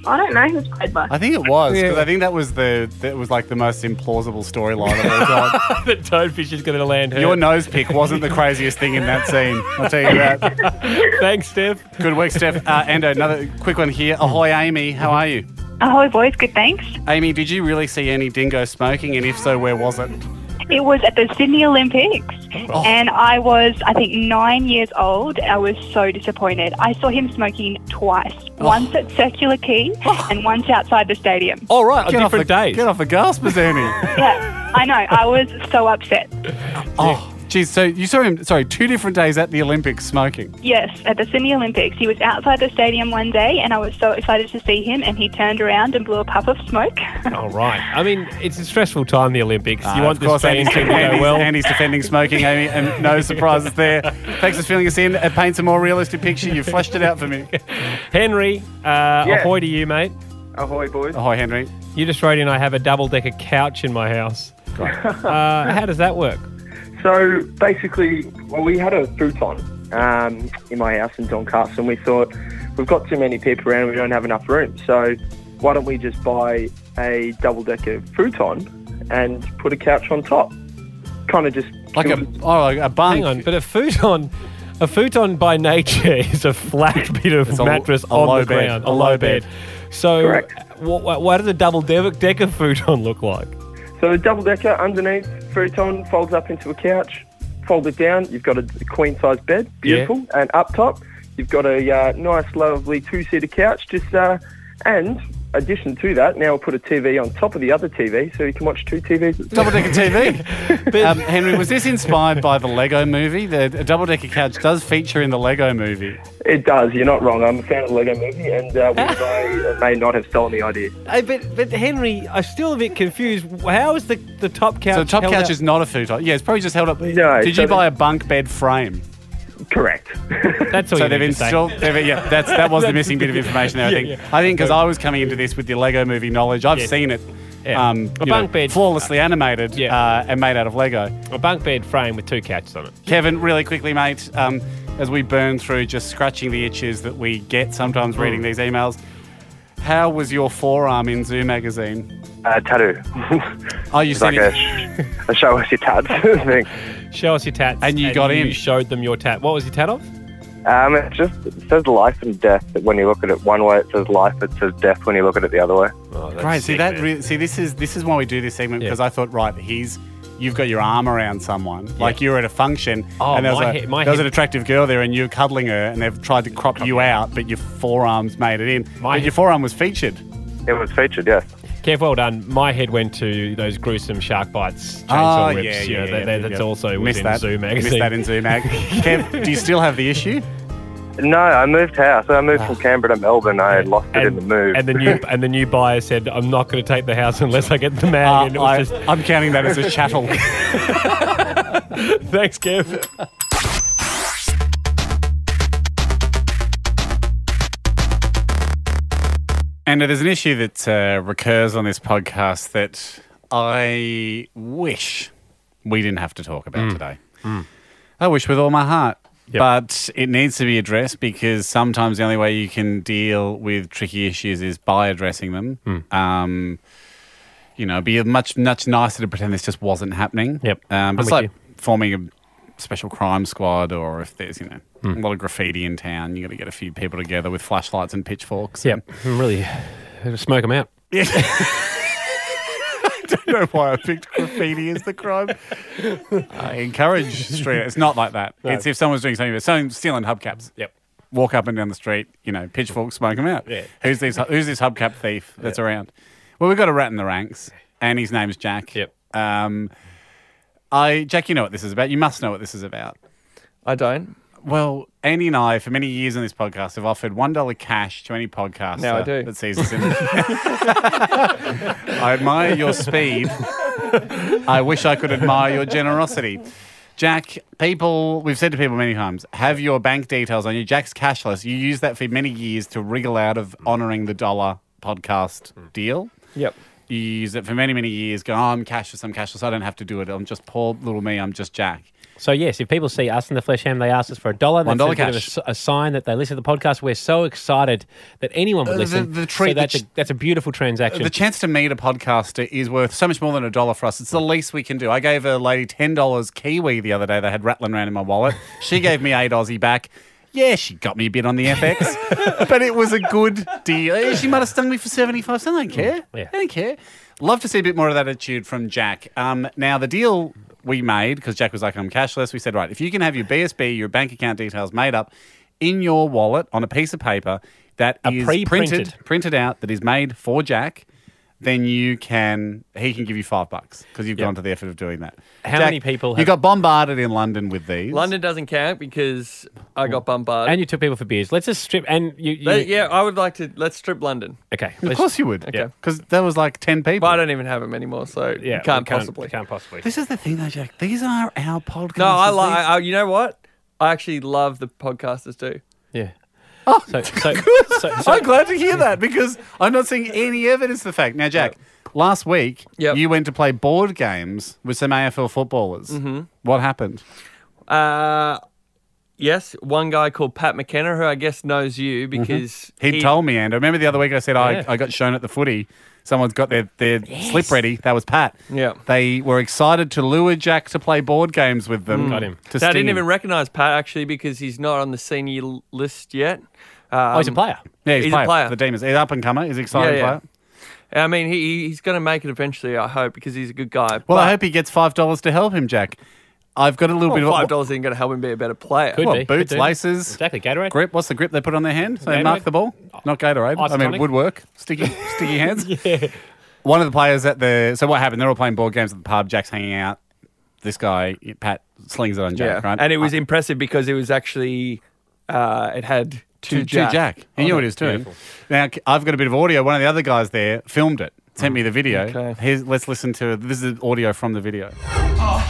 S7: I don't know who was played by.
S4: I think it was because
S3: Yeah.
S4: I think that was the that was like the most implausible storyline of all time.
S3: that Toadfish is going to land her.
S4: Your nose pick wasn't the craziest thing in that scene. I'll tell you that.
S3: Thanks, Steph.
S4: Good work, Steph. Uh, and another quick one here. Ahoy, Amy. How are you?
S8: Ahoy, boys. Good, thanks.
S4: Amy, did you really see any dingo smoking? And if so, where was it?
S8: It was at the Sydney Olympics, and I was, I think, nine years old. I was so disappointed. I saw him smoking twice once at Circular Quay and once outside the stadium.
S3: All right, on
S4: Get off
S3: different
S4: the,
S3: days.
S4: Get off the gaspers, Amy.
S8: Yeah, I know. I was so upset.
S4: Oh, geez. So you saw him, sorry, two different days at the Olympics smoking.
S8: Yes, at the Sydney Olympics. He was outside the stadium one day, and I was so excited to see him, and he turned around and blew a puff of smoke.
S3: All right. I mean, it's a stressful time, the Olympics. you want
S4: Ah, of
S3: this
S4: course,
S3: training
S4: Andy's,
S3: team to go
S4: Andy's,
S3: well.
S4: Andy's defending smoking, Amy, and no surprises there. Thanks for filling us in. It paints a more realistic picture. You fleshed it out for me.
S3: Henry, uh, ahoy to you, mate.
S5: Ahoy, boys.
S4: Ahoy, Oh, Henry.
S3: You just wrote in, I have a double decker couch in my house. Uh, how does that work?
S9: So basically, well, we had a futon um, in my house in Doncaster, and we thought we've got too many people around, we don't have enough room. So why don't we just buy a double decker futon and put a couch on top. Kind of just
S4: Like a oh, like a bunk.
S3: Hang on, but a futon, a futon by nature is a flat bit of
S4: a l-
S3: mattress
S4: a
S3: on
S4: low
S3: the
S4: bed,
S3: ground,
S4: a low bed.
S3: So,
S9: Correct.
S3: what, what, what does a double de- decker futon look like?
S9: So the double decker underneath futon folds up into a couch. Fold it down. You've got a queen size bed, beautiful, and up top you've got a uh, nice, lovely two seater couch. Just uh, and addition to that, now we'll put a TV on top of the other TV, so you can watch two TVs. At the
S4: Double decker TV. um, Henry, was this inspired by the Lego movie? The a double decker couch does feature in the Lego movie.
S9: It does. You're not wrong. I'm a fan of the Lego Movie, and uh, we may, may not have stolen the idea.
S3: Hey, but but Henry, I'm still a bit confused. How is the, the top couch?
S4: So the top
S3: held
S4: couch
S3: out-
S4: is not a futon. Yeah, it's probably just held up.
S9: No,
S4: Did
S9: so
S4: you
S9: the-
S4: buy a bunk bed frame?
S9: Correct.
S3: That's all
S4: So
S3: you
S4: they've
S3: need to say.
S4: installed. They've, yeah, that's that was the missing bit of information there. I
S3: Yeah,
S4: think.
S3: yeah.
S4: I think because I was coming into this with the Lego movie knowledge. I've
S3: Yes.
S4: seen it.
S3: Yeah.
S4: Um,
S3: A
S4: you know,
S3: bunk bed.
S4: flawlessly animated
S3: Yeah.
S4: uh, and made out of Lego.
S3: A bunk bed frame with two couches on it.
S4: Kevin, really quickly, mate, um, as we burn through just scratching the itches that we get sometimes
S3: Mm.
S4: reading these emails. How was your forearm in Zoo magazine?
S5: Uh, tattoo.
S4: Oh, you
S5: It's
S4: said
S5: like a,
S4: it.
S5: sh- a show us your tats thing.
S3: Show us your tats.
S4: And you got
S3: you
S4: in.
S3: showed them your tat. What was your tat of?
S5: Um, it just it says life and death. But when you look at it one way, it says life. It says death when you look at it the other way.
S3: Oh, that's
S4: Great. See
S3: sick,
S4: that.
S3: man.
S4: Re- see this is this is why we do this segment
S3: Yeah.
S4: because I thought right, he's you've got your arm around someone like you were at a function
S3: Oh,
S4: and there was,
S3: my
S4: a,
S3: he- my
S4: there was
S3: head-
S4: an attractive girl there and you're cuddling her and they've tried to crop you out but your forearms made it in.
S3: My
S4: but
S3: head-
S4: your forearm was featured.
S5: It was featured, yes.
S3: Kev, well done. My head went to those gruesome shark bites,
S4: Oh,
S3: chainsaw rips. you know, that- that- that's
S4: yeah.
S3: also
S4: Missed
S3: within
S4: that.
S3: Zoo
S4: Missed
S3: magazine.
S4: that in Zoo Mag. Kev, do you still have the issue?
S5: No, I moved house. I moved from Canberra to Melbourne. I had lost it
S3: Ah. and,
S5: in the move.
S3: and the new and the new buyer said, "I'm not going to take the house unless I get the man."
S4: Uh,
S3: and it
S4: I,
S3: was just,
S4: I'm counting that as a chattel.
S3: thanks, Kev.
S4: And there's an issue that uh, recurs on this podcast that I wish we didn't have to talk about
S3: Mm.
S4: today. I wish with all my heart. But it needs to be addressed because sometimes the only way you can deal with tricky issues is by addressing them.
S3: Mm.
S4: Um, you know, it'd be much much nicer to pretend this just wasn't happening.
S3: Yep.
S4: Um,
S3: I'm
S4: but it's
S3: with
S4: like
S3: you.
S4: forming a special crime squad, or if there's you know
S3: Mm.
S4: a lot of graffiti in town, you got to get a few people together with flashlights and pitchforks.
S3: Yeah, really, smoke them out.
S4: know why I picked graffiti as the crime. I encourage street. It's not like that. It's if someone's doing something, but someone stealing hubcaps.
S3: Yep.
S4: Walk up and down the street, you know, pitchfork, smoke them out.
S3: Yeah.
S4: Who's this? Who's this hubcap thief that's around? Well, we've got a rat in the ranks, and his name's Jack.
S3: Yep.
S4: Um, I Jack, you know what this is about. You must know what this is about.
S1: I don't.
S4: Well, Andy and I, for many years on this podcast, have offered one dollar cash to any podcast
S1: Now I do.
S4: that sees us in. I admire your speed. I wish I could admire your generosity. Jack, people, we've said to people many times, have your bank details on you. Jack's cashless. You used that for many years to wriggle out of honouring the dollar podcast deal.
S1: Yep.
S4: You use it for many, many years. Go, oh, I'm cashless. I'm cashless. I don't have to do it. I'm just poor little me. I'm just Jack.
S10: So yes, if people see us in the flesh ham, they ask us for a dollar.
S4: One
S10: That's
S4: dollar
S10: a bit of a
S4: cash.
S10: s- a, sign that they listen to the podcast. We're so excited that anyone would
S4: Uh, the-
S10: listen.
S4: the treat
S10: so that's,
S4: that
S10: a, that's a beautiful transaction.
S4: The chance to meet a podcaster is worth so much more than a dollar for us. It's the least we can do. I gave a lady ten dollars Kiwi the other day. They had rattling around in my wallet. She gave me eight Aussie back. Yeah, she got me a bit on the FX, but it was a good deal. She might have stung me for seventy five cents. I don't care.
S10: Mm, Yeah.
S4: I don't care. Love to see a bit more of that attitude from Jack. Um, now the deal we made because Jack was like, "I'm cashless." We said, "Right, if you can have your BSB, your bank account details made up in your wallet on a piece of paper that
S10: A
S4: is
S10: pre-printed.
S4: printed printed out that is made for Jack, then you can he can give you five bucks because you've gone to the effort of doing that.
S10: How
S4: Jack,
S10: many people
S4: you
S10: have-
S4: got bombarded in London with these?
S1: London doesn't count because I got bombarded.
S10: and you took people for beers. Let's just strip and you. you
S1: Let- yeah, I would like to. Let's strip London.
S10: Okay.
S4: of course you would,
S1: Okay.
S4: because there was like ten people.
S1: But I don't e- even have them anymore, so you
S10: Yeah,
S1: can't
S10: we
S1: possibly.
S10: Can't possibly.
S4: this is the thing, though, Jack. These are our podcasts.
S1: No, I
S4: These-
S1: like. I- You know what? I actually love the podcasters too.
S10: Yeah. so, so, so, so
S4: Oh, I'm glad to hear that because I'm not seeing any evidence of the fact. Now, Jack, last week
S1: Yep.
S4: you went to play board games with some AFL footballers. Mm-hmm. What happened?
S1: Uh, yes, one guy called Pat
S4: Mm-hmm.
S1: McKenna, who I guess knows you because
S4: He, told me, and I remember the other week I said I,
S10: Yeah.
S4: I got shown at the footy Someone's got their, their slip ready. That was Pat.
S1: Yeah.
S4: They were excited to lure Jack to play board games with them.
S1: Mm.
S4: To
S1: See, I
S4: sting
S1: didn't
S4: him.
S1: even recognise Pat actually because he's not on the senior l- list yet. Um,
S10: oh,
S4: he's a player. Yeah, he's a player for the Demons. He's up and comer. He's an exciting player.
S1: I mean, he he's going to make it eventually. I hope because he's a good guy.
S4: Well, I hope he gets five dollars to help him, Jack. I've got a little bit of
S1: Oh, five dollars isn't going to help him be a better player.
S4: Well, boots, laces,
S3: exactly. Gatorade
S4: grip. What's the grip they put on their hand? They
S1: Gatorade?
S4: mark the ball. Not Gatorade.
S1: Ice
S4: I mean,
S1: tonic?
S4: it would work. Sticky, sticky hands. yeah. One of the players at the so what happened? They're all playing board games at the pub. Jack's hanging out. This guy Pat slings it on Jack, right?
S1: And it was
S4: Uh,
S1: impressive because it was actually uh, it had two,
S4: to Jack. Oh, He knew what he was doing. Now c- I've got a bit of audio. One of the other guys there filmed it. Sent me the video.
S1: Okay.
S4: Here's, let's listen to this is audio from the video.
S2: I've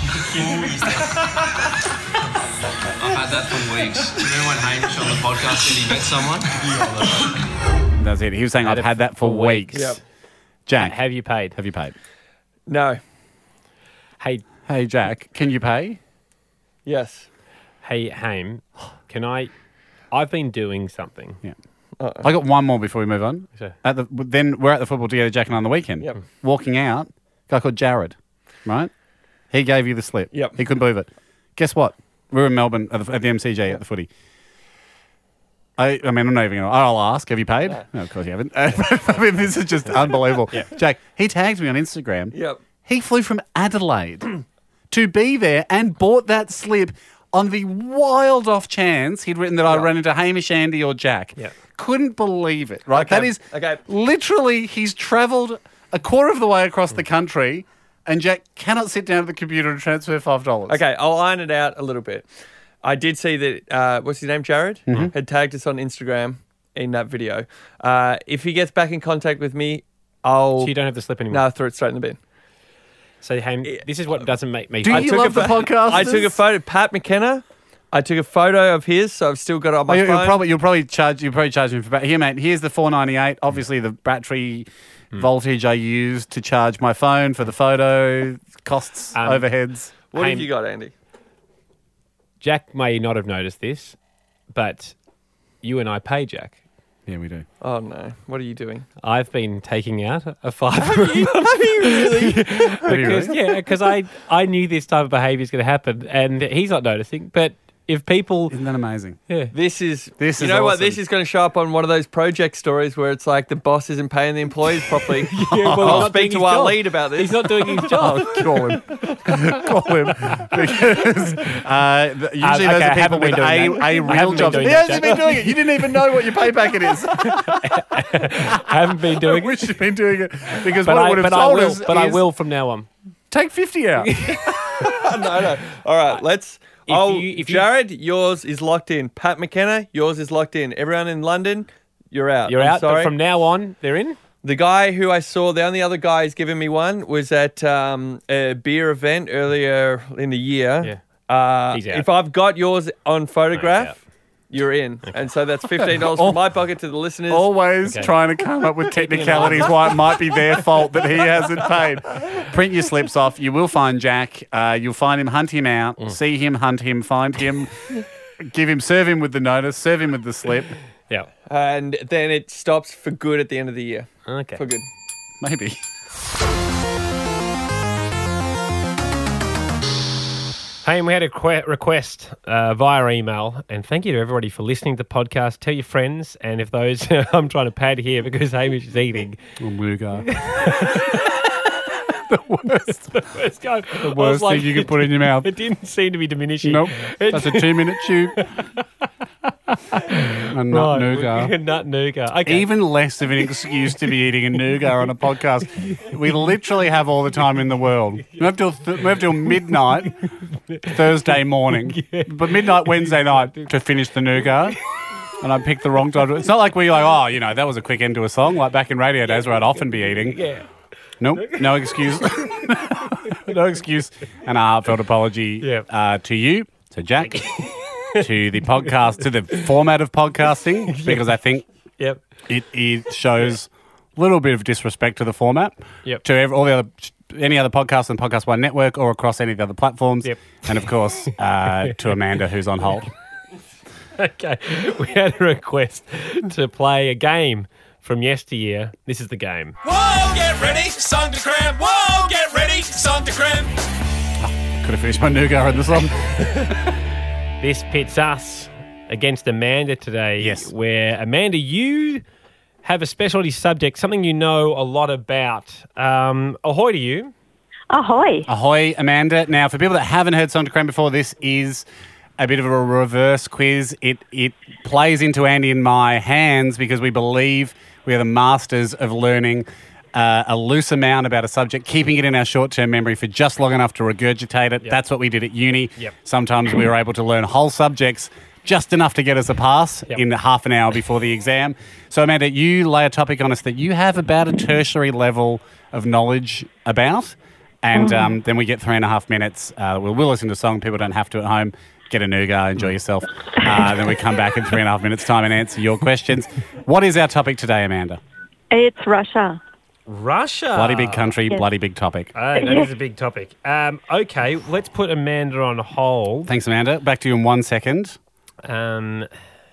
S2: had that for weeks. Do you remember when Hamish on the podcast said he met someone?
S4: That's it. He was saying I've had that for weeks.
S1: Yep.
S4: Jack,
S3: have you paid?
S4: Have you paid?
S1: No.
S3: Hey,
S4: hey, Jack, can you pay?
S1: Yes.
S3: Hey, Haim, can I? I've been doing something.
S4: Yeah. I got one more before we move on.
S3: Sure.
S4: At the, then we're at the football together, Jack and I, on the weekend.
S3: Yep.
S4: Walking out, guy called Jared, right? He gave you the slip.
S1: Yep.
S4: He couldn't believe it. Guess what? We were in Melbourne at the, at the MCG at the footy. I, I mean, I'm not even going to. I'll ask, have you paid? No, of course you haven't. I mean, this is just unbelievable. Jack, he tagged me on Instagram.
S1: Yep.
S4: He flew from Adelaide to be there and bought that slip on the wild off chance he'd written that I ran into Hamish, Andy, or Jack. Couldn't believe it, right? That is
S1: Okay.
S4: literally, he's traveled a quarter of the way across
S1: Mm.
S4: the country, and Jack cannot sit down at the computer and transfer $5.
S1: Okay, I'll iron it out a little bit. I did see that, uh, what's his name, Jared?
S4: Mhm.
S1: Had tagged us on Instagram in that video. Uh, if he gets back in contact with me, I'll.
S3: So you don't have the slip anymore?
S1: No, I threw it straight in the bin.
S3: So, Haim, this is what doesn't make me.
S1: I took a pho- I took a photo. Pat McKenna. I took a photo of his, so I've still got it on
S4: Oh,
S1: my
S4: you- you'll
S1: phone.
S4: probably you'll probably charge you'll probably charge him for ba- here, mate. Here's the
S1: Mm.
S4: 498. Obviously, the battery voltage I used to charge my phone for the photo costs
S3: Um,
S4: overheads.
S1: what have you got, Andy?
S3: Jack may not have noticed this, but you and I pay Jack.
S4: Yeah, we do.
S1: Oh no! What are you doing?
S3: I've been taking out a five. Have you,
S1: really?
S3: because, Yeah, because I, I knew this type of behaviour is going to happen, and he's not noticing. But if people,
S4: isn't that amazing?
S3: Yeah,
S1: this is
S3: This
S1: you
S3: is
S1: know what? This
S3: awesome.
S1: is going to show up on one of those project stories where it's like the boss isn't paying the employees properly.
S3: well, he's
S1: I'll
S3: not doing
S1: speak to
S3: his
S1: our
S3: job.
S1: lead about this.
S3: He's not doing his job.
S4: Call him. Call him. Because uh, th-
S3: Um, okay, I
S4: usually those are people
S3: haven't been
S4: with
S3: doing
S4: a,
S3: that. I
S4: a
S3: haven't
S4: real
S3: been
S4: job.
S3: doing
S4: He
S3: that,
S4: hasn't been
S3: Jack.
S4: doing it. You didn't even know what your payback it is.
S3: I haven't been doing.
S4: I wish you'd been doing it because
S3: but
S4: what
S3: I,
S4: it would have
S3: but I
S4: sold
S3: will.
S4: us
S3: but I
S4: is-
S3: will from now on.
S4: Take 50 out.
S1: no, no. All right, let's.
S3: If
S1: Oh,
S3: you- if you-
S1: Jared, yours is locked in. Pat McKenna, yours is locked in. Everyone in London, you're out.
S3: You're
S1: I'm
S3: out.
S1: Sorry.
S3: But from now on, they're in.
S1: the guy who I saw, the only other guy who's given me one was at um, a beer event earlier in the year. Yeah. Uh,
S3: He's out.
S1: If I've got yours on photograph, you're in. And so that's $15
S3: Oh.
S1: from my pocket to the listeners.
S4: Always trying to come up with technicalities why it might be their fault that he hasn't paid. Print your slips off. You will find Jack. Uh, you'll find him, hunt him out,
S3: Mm.
S4: see him, hunt him, find him, give him, serve him with the notice, serve him with the slip.
S3: Yeah.
S1: And then it stops for good at the end of the year.
S3: Okay.
S1: For good.
S4: Maybe.
S3: Hey, and we had a que- request uh, via email, and thank you to everybody for listening to the podcast. Tell your friends, and if those I'm trying to pad here because Hamish is eating. the worst, the worst, guy. I was
S4: worst thing you could put in your mouth.
S3: It didn't seem to be diminishing.
S4: Nope.
S3: It-
S4: That's a two minute tube. a nut nougat.
S3: Nut nougat. Okay.
S4: Even less of an excuse to be eating a nougat on a podcast. We literally have all the time in the world. We have till, th- we have till midnight Thursday morning, but midnight Wednesday night to finish the nougat. And I picked the wrong time. to- It's not like we're like, oh, you know, that was a quick end to a song. Like back in radio days where I'd often be eating.
S3: Yeah.
S4: Nope, no excuse. no excuse. And a heartfelt apology uh, to you, to Jack, to the podcast, to the format of podcasting, because I think
S3: Yep.
S4: it, it shows a little bit of disrespect to the format,
S3: Yep.
S4: to every, all the other, any other podcast on Podcast One Network or across any of the other platforms,
S3: Yep.
S4: and of course uh, to Amanda, who's on hold.
S3: Okay. We had a request to play a game from yesteryear. This is the game.
S11: Whoa, get ready, song to cram. Whoa, get ready, song to cram.
S3: Could have finished my nougat in this one. this pits us against Amanda today. Yes. Where, Amanda, you have a specialty subject, something you know a lot about. Um, ahoy to you.
S12: Ahoy.
S4: Ahoy, Amanda. Now, for people that haven't heard Song to Cram before, this is a bit of a reverse quiz. It it plays into Andy and my hands because we believe we are the masters of learning uh, a loose amount about a subject, keeping it in our short term memory for just long enough to regurgitate it. That's what we did at uni.
S13: Yep.
S4: Sometimes we were able to learn whole subjects just enough to get us a pass in half an hour before the exam. So, Amanda, you lay a topic on us that you have about a tertiary level of knowledge about. And
S13: Mm.
S4: um, then we get three and a half minutes. Uh, we'll, we'll listen to a song. People don't have to at home. Get a nougat, enjoy yourself. Uh, then we come back in three and a half minutes' time and answer your questions. What is our topic today, Amanda?
S14: It's Russia.
S3: Russia.
S4: Bloody big country,
S3: Uh, Yes.
S4: bloody big topic.
S3: Oh, that is a big topic. Um, okay, let's put Amanda on hold.
S4: Thanks, Amanda. Back to you in one second.
S3: Um,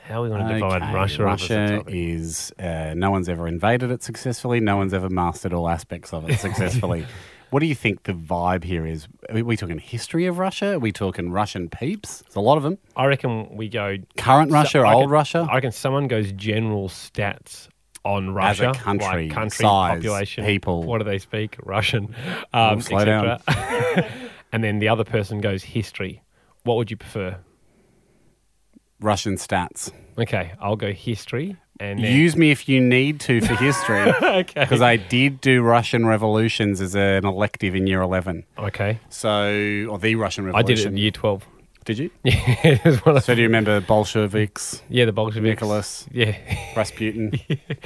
S3: how are we going to divide
S4: Okay,
S3: Russia? up as a
S4: Russia
S3: topic?
S4: is uh, no one's ever invaded it successfully. No one's ever mastered all aspects of it successfully. what do you think the vibe here is? Are we talking history of Russia? Are we talking Russian peeps? There's a lot of them.
S3: I reckon we go
S4: current Russia,
S3: I
S4: old
S3: reckon-
S4: Russia.
S3: I reckon someone goes general stats on
S4: As a
S3: Russia,
S4: country,
S3: like country,
S4: size,
S3: population,
S4: people.
S3: What do they speak? Russian,
S4: Oh,
S3: um,
S4: slow down.
S3: etc. and then the other person goes history. What would you prefer?
S4: Russian stats.
S3: Okay, I'll go history. And then
S4: Use me if you need to for history,
S3: Okay.
S4: because I did do Russian revolutions as an elective in year eleven.
S3: Okay,
S4: so or the Russian
S3: I did
S4: Revolution.
S3: it in year twelve.
S4: Did you?
S3: Yeah. so
S4: do you remember Bolsheviks?
S3: Yeah, the Bolsheviks.
S4: Nicholas.
S3: Yeah.
S4: Rasputin.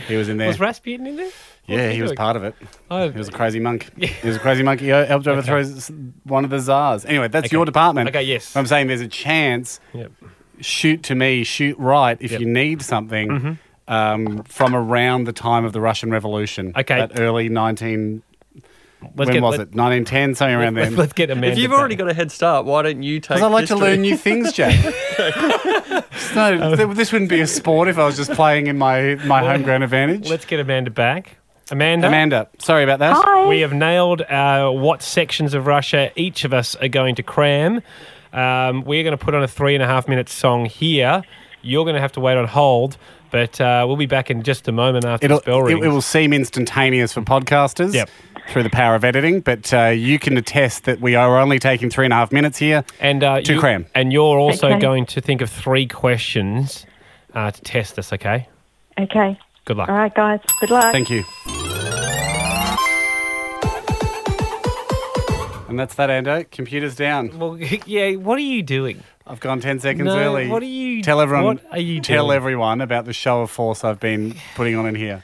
S4: He was in there.
S3: Was Rasputin in there? What
S4: yeah,
S3: was
S4: he was
S3: doing?
S4: part of it.
S3: Oh.
S4: He was a crazy monk. He was a crazy monk. He helped overthrow s- one of the czars. Anyway, that's
S3: Okay.
S4: your department.
S3: Okay, yes.
S4: I'm saying there's a chance.
S3: Yep.
S4: Shoot to me, shoot right if you need something
S3: Mhm.
S4: um, from around the time of the Russian Revolution.
S3: Okay.
S4: That early 19.
S1: Let's
S4: when
S1: get-
S4: was
S1: let-
S4: it? 1910, something around then.
S1: If you've already got a head start, why don't you take?
S4: Because I like to
S1: history?
S4: learn new things, Jack. It's no, th- this wouldn't be a sport if I was just playing in my my
S3: Uh, Well,
S4: home ground advantage.
S3: Let's get Amanda back. Amanda.
S4: Amanda, sorry about that.
S3: We have nailed uh, what sections of Russia each of us are going to cram. Um, we're going to put on a three and a half minute song here. You're going to have to wait on hold, but uh, we'll be back in just a moment after
S4: It'll,
S3: the bell
S4: it,
S3: rings.
S4: it will seem instantaneous for podcasters through the power of editing, but uh, you can attest that we are only taking three and a half minutes here
S3: and uh,
S4: to
S3: you-
S4: cram.
S3: And you're also
S4: Okay.
S3: going to think of three questions uh, to test us. Okay.
S14: Okay.
S3: Good luck.
S14: All right, guys. Good luck.
S4: Thank you. And that's that, Ando. Computer's down.
S3: Well, yeah. What are you doing?
S4: I've gone ten seconds
S3: No,
S4: early.
S3: what are you-
S4: Tell everyone.
S3: what are you
S4: Tell
S3: doing?
S4: everyone about the show of force I've been putting on in here.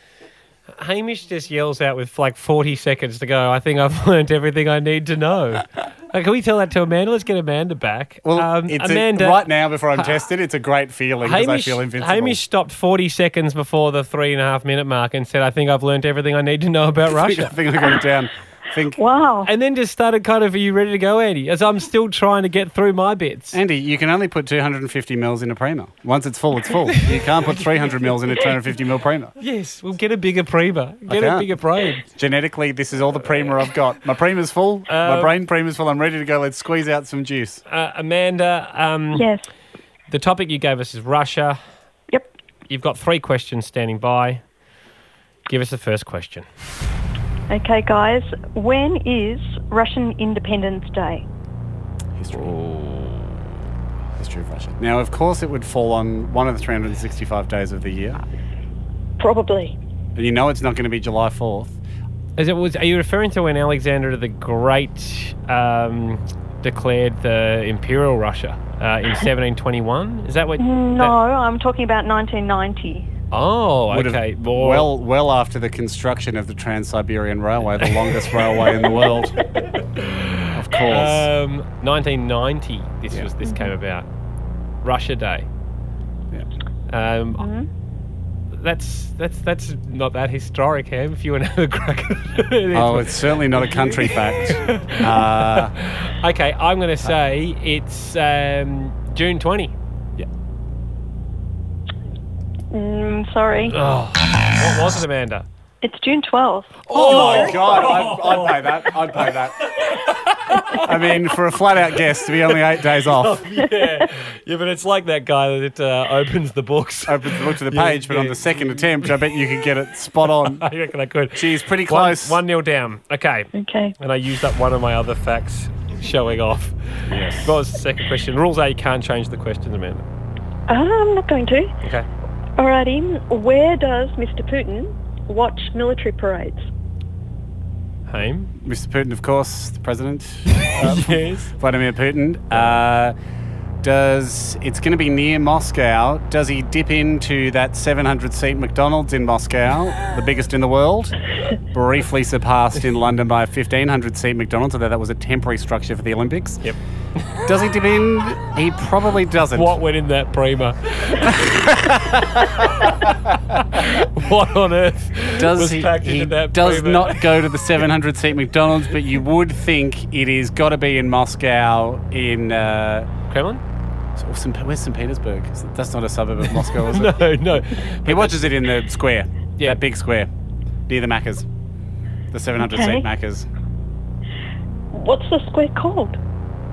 S3: Hamish just yells out with like 40 seconds to go. I think I've learnt everything I need to know. Uh, can we tell that to Amanda? Let's get Amanda back.
S4: Well,
S3: Um,
S4: it's a-
S3: Amanda,
S4: right now before I'm tested, it's a great feeling because I
S3: Hamish,
S4: feel invincible.
S3: Hamish stopped 40 seconds before the three and a half minute mark and said, I think I've learnt everything I need to know about
S4: I think-
S3: Russia.
S4: I think I got it down. Think.
S14: Wow.
S3: And then just started kind of, are you ready to go, Andy? As I'm still trying to get through my bits.
S4: Andy, you can only put 250 mils in a prima. Once it's full, it's full. you can't put 300 mils in a 250 mil prima.
S3: Yes, we'll get a bigger prima. Get a
S4: can't.
S3: bigger brain.
S4: Genetically, this is all the prima I've got. My prima's full. my
S3: Um,
S4: brain prima's full. I'm ready to go. Let's squeeze out some juice.
S3: Uh, Amanda, um,
S14: yes.
S3: the topic you gave us is Russia.
S14: Yep.
S3: You've got three questions standing by. Give us the first question.
S14: Okay, guys. When is Russian Independence Day?
S4: History. History of Russia. Oh. Now, of course, it would fall on one of the 365 days of the year.
S14: Probably.
S4: And you know it's not going to be July 4th.
S3: Is it was? Are you referring to when Alexander the Great um, declared the Imperial Russia uh, in 1721? Is that what?
S14: No, I'm talking about 1990.
S3: Oh,
S4: Would have-
S3: okay.
S4: Well, well after the construction of the Trans Siberian Railway, the longest railway in the world. Of course.
S3: Um, 1990. This was this came about. Russia Day. Yeah. Um,
S14: Hmm?
S3: That's that's that's not that historic, Ham. If you want to have a crack at it.
S4: Oh, it's certainly not a country fact. Uh,
S3: okay, I'm going to say it's um, June 20.
S14: Mm, sorry.
S3: Oh. What was it, Amanda?
S14: It's June 12th.
S4: Oh, my God. I'd, I'd pay that. I'd pay that. I mean, for a flat out guess to be only eight days off.
S3: yeah. yeah, but it's like that guy that uh, opens the books.
S4: Opens the book to the page, but on the second attempt, I bet you could get it spot on.
S3: I reckon I could.
S4: She's pretty close.
S3: One, one nil down. Okay.
S14: Okay.
S3: And I used up one of my other facts showing off. Yes. What was the second question? Rules are you can't change the questions, Amanda.
S14: Ah, I'm not going to.
S3: Okay.
S14: Alrighty. Where does Mr. Putin watch military parades?
S3: Haim.
S4: Mr. Putin, of course, the president.
S3: yes.
S4: Vladimir Putin. Uh, does it's going to be near Moscow? Does he dip into that 700 seat McDonald's in Moscow, the biggest in the world, briefly surpassed in London by a 1500 seat McDonald's? Although that was a temporary structure for the Olympics.
S3: Yep.
S4: Does he dip in? He probably doesn't.
S3: What went in that prima? what on earth
S4: does
S3: was
S4: he,
S3: packed into
S4: he
S3: that
S4: does
S3: prima?
S4: not go to the 700 seat McDonald's, but you would think it is got to be in Moscow in uh,
S3: Kremlin.
S4: So, St. Where's St. Petersburg? Is it- That's not a suburb of Moscow, is it?
S3: no, no.
S4: He watches it in the square, yeah, that big square near the Macca's, the 700
S14: Okay.
S4: seat Macca's,
S14: What's the square called?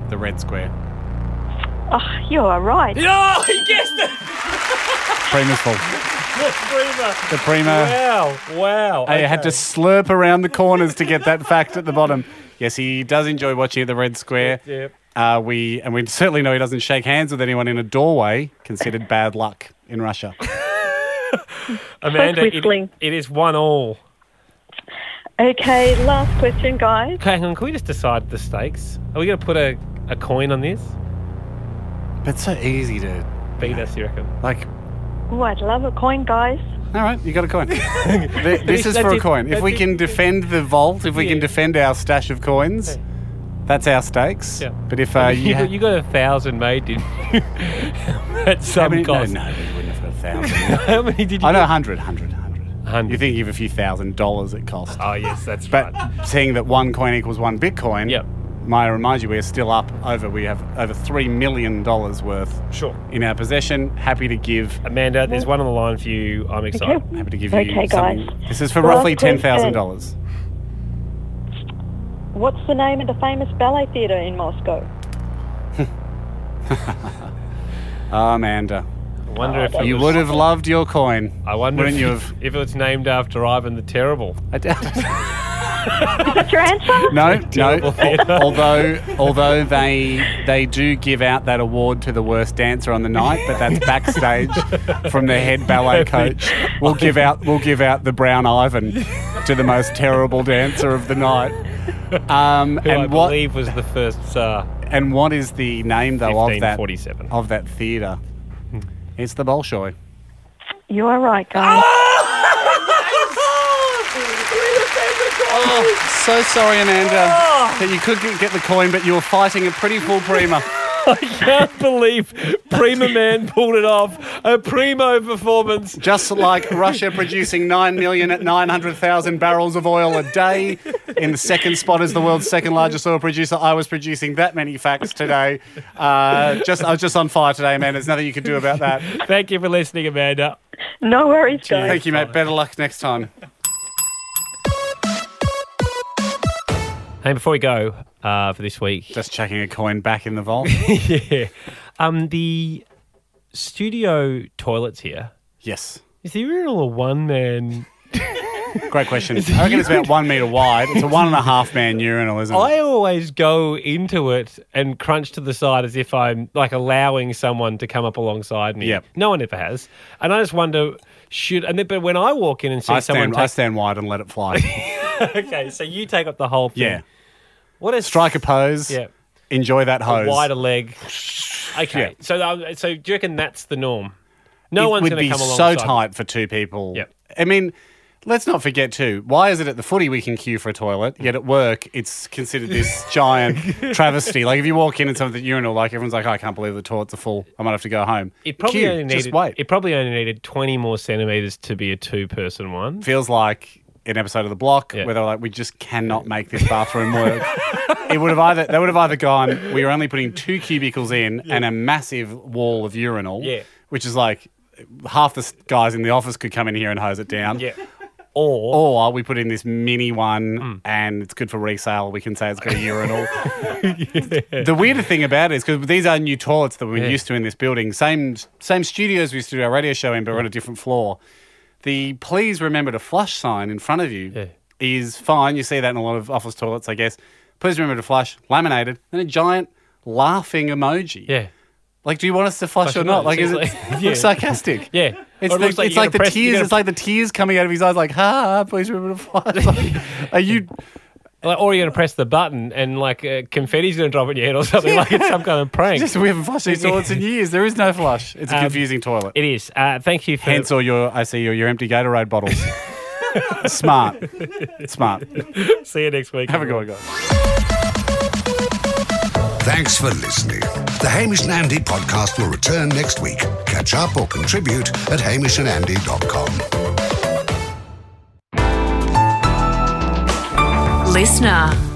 S4: the red square.
S14: Oh, you are right.
S3: No, Oh, he guessed it.
S4: Prima's fault.
S3: The prima.
S4: The prima.
S3: Wow, wow.
S4: Uh. I had to slurp around the corners to get that fact at the bottom. Yes, he does enjoy watching at the Red Square.
S3: Yep.
S4: Uh, we and we certainly know he doesn't shake hands with anyone in a doorway, considered bad luck in Russia.
S3: Amanda, it-
S14: whistling.
S3: it is one all.
S14: Okay, last question, guys.
S3: Okay, hang on. Can we just decide the stakes? Are we going to put a, a coin on this?
S4: But it's so easy to
S3: beat us, you reckon?
S4: Like,
S14: Oh, I'd love a coin, guys.
S4: all right, you got a coin. Th- this is
S14: That's
S4: for a
S14: it.
S4: coin. If
S14: That's
S4: we
S14: it.
S4: can defend the vault, if we can
S14: Yeah.
S4: defend our stash of coins, that's our stakes.
S3: Yeah.
S4: But if uh,
S3: you,
S4: you,
S3: got, you got a thousand made, didn't you? At
S4: How
S3: some
S4: many- no,
S3: cost.
S4: no, we wouldn't have got a thousand.
S3: How many did you
S4: I know
S3: get?
S4: 100, 100, 100. You think of a few thousand dollars it cost.
S3: Oh, yes, that's
S4: but seeing that one coin equals one Bitcoin,
S3: Yep.
S4: may I remind you, we're still up over, we have over $3 million worth
S3: Sure.
S4: in our possession. Happy to give.
S3: Amanda, there's one on the line for you. I'm excited.
S4: Happy to give you
S14: Okay, guys.
S4: something. This is for
S14: Last
S4: roughly
S14: question.
S4: $10,000.
S14: What's the name of the famous ballet theatre in Moscow?
S4: Ah, Amanda.
S3: I wonder if it
S4: you
S3: was-
S4: would have loved your coin.
S3: I wonder
S4: Wouldn't
S3: if,
S4: you have?
S3: if it was named after Ivan the Terrible.
S4: I doubt it.
S14: Is that your answer?
S4: No,
S3: Terrible
S4: no.
S3: theatre.
S4: although, although they they do give out that award to the worst dancer on the night, but that's backstage from the head ballet coach. We'll give out we'll give out the brown Ivan to the most terrible dancer of the night. Um,
S3: Who
S4: and
S3: I
S4: what
S3: believe was the first Tsar.
S4: and what is the name though of that
S3: 1547.
S4: of that theatre? It's the Bolshoi.
S14: You are right, guys.
S4: Oh, so sorry, Amanda, that you could get the coin, but you were fighting a pretty full prima.
S3: I can't believe Prima Man pulled it off. A primo performance.
S4: Just like Russia producing 9 million at 900,000 barrels of oil a day, in the second spot as the world's second largest oil producer, I was producing that many facts today. Uh, just I was just on fire today, man. There's nothing you could do about that.
S3: Thank you for listening, Amanda.
S14: No worries, guys.
S4: Thank you, mate. Better luck next time.
S3: Hey, before we go uh, for this week,
S4: just chucking a coin back in the vault.
S3: yeah. Um, the studio toilets here.
S4: Yes.
S3: Is the urinal a one man?
S4: Great question. I reckon it's about one meter wide. It's a one and a half man urinal, isn't it?
S3: I always go into it and crunch to the side as if I'm like allowing someone to come up alongside me.
S4: Yep.
S3: No one ever has, and I just wonder should and then, but when I walk in and see
S4: I
S3: someone,
S4: stand, I stand wide and let it fly.
S3: take, okay, so you take up the whole thing.
S4: Yeah.
S3: What is
S4: Strike a pose.
S3: Yeah.
S4: Enjoy that
S3: a
S4: hose.
S3: wider leg? Okay, so um, so do you reckon that's the norm? No
S4: it
S3: one's
S4: would
S3: going to
S4: be
S3: come
S4: so
S3: alongside.
S4: tight for two people. I mean, let's not forget too. Why is it at the footy we can queue for a toilet, yet at work it's considered this giant travesty? Like if you walk in and something urinal, like everyone's like, "Oh, I can't believe the toilets are full. I might have to go home.
S3: It probably
S4: Queue.
S3: only
S4: just
S3: needed.
S4: wait.
S3: It probably only needed twenty more centimeters to be a two-person one.
S4: Feels like an episode of The Block where they're like, we just cannot make this bathroom work. it would have either they would have either gone. We are only putting two cubicles in and a massive wall of urinal.
S3: Yeah.
S4: which is like half the s- guys in the office could come in here and hose it down.
S10: Yeah.
S4: Or, or we put in this mini one and it's good for resale. We can say it's got a urinal. The weirder thing about it is because these are new toilets that we're
S10: Yeah.
S4: used to in this building. Same same studios we used to do our radio show in, but we're on a different floor. The please remember to flush sign in front of you is fine. You see that in a lot of office toilets, I guess. Please remember to flush, laminated, and a giant laughing emoji.
S10: Yeah.
S4: Like, do you want us to flush,
S10: Flush
S4: or
S10: or
S4: not?
S10: not,
S4: Like, is it
S10: essentially.
S4: looks
S10: Yeah.
S4: sarcastic?
S10: Yeah.
S4: It's,
S10: Or it
S4: the,
S10: looks like
S4: it's
S10: you're
S4: like the
S10: gonna press- you're
S4: tears.
S10: gonna-
S4: It's like the tears coming out of his eyes. Like, ha! Please remember to flush. Like, are you
S10: Like, or you're going to press the button and like uh, confetti's going to drop in your head or something like it's some kind of prank.
S4: Just, we haven't flushed these toilets in years. There is no flush. It's a
S10: Um,
S4: confusing toilet.
S10: It is. Uh, thank you for
S4: Hence all your, I see your, your empty Gatorade bottles. Smart. Smart.
S10: See you next week.
S4: Have a good one, guys.
S2: Thanks for listening. The Hamish and Andy podcast will return next week. Catch up or contribute at hamishandandy.com.
S15: Listener.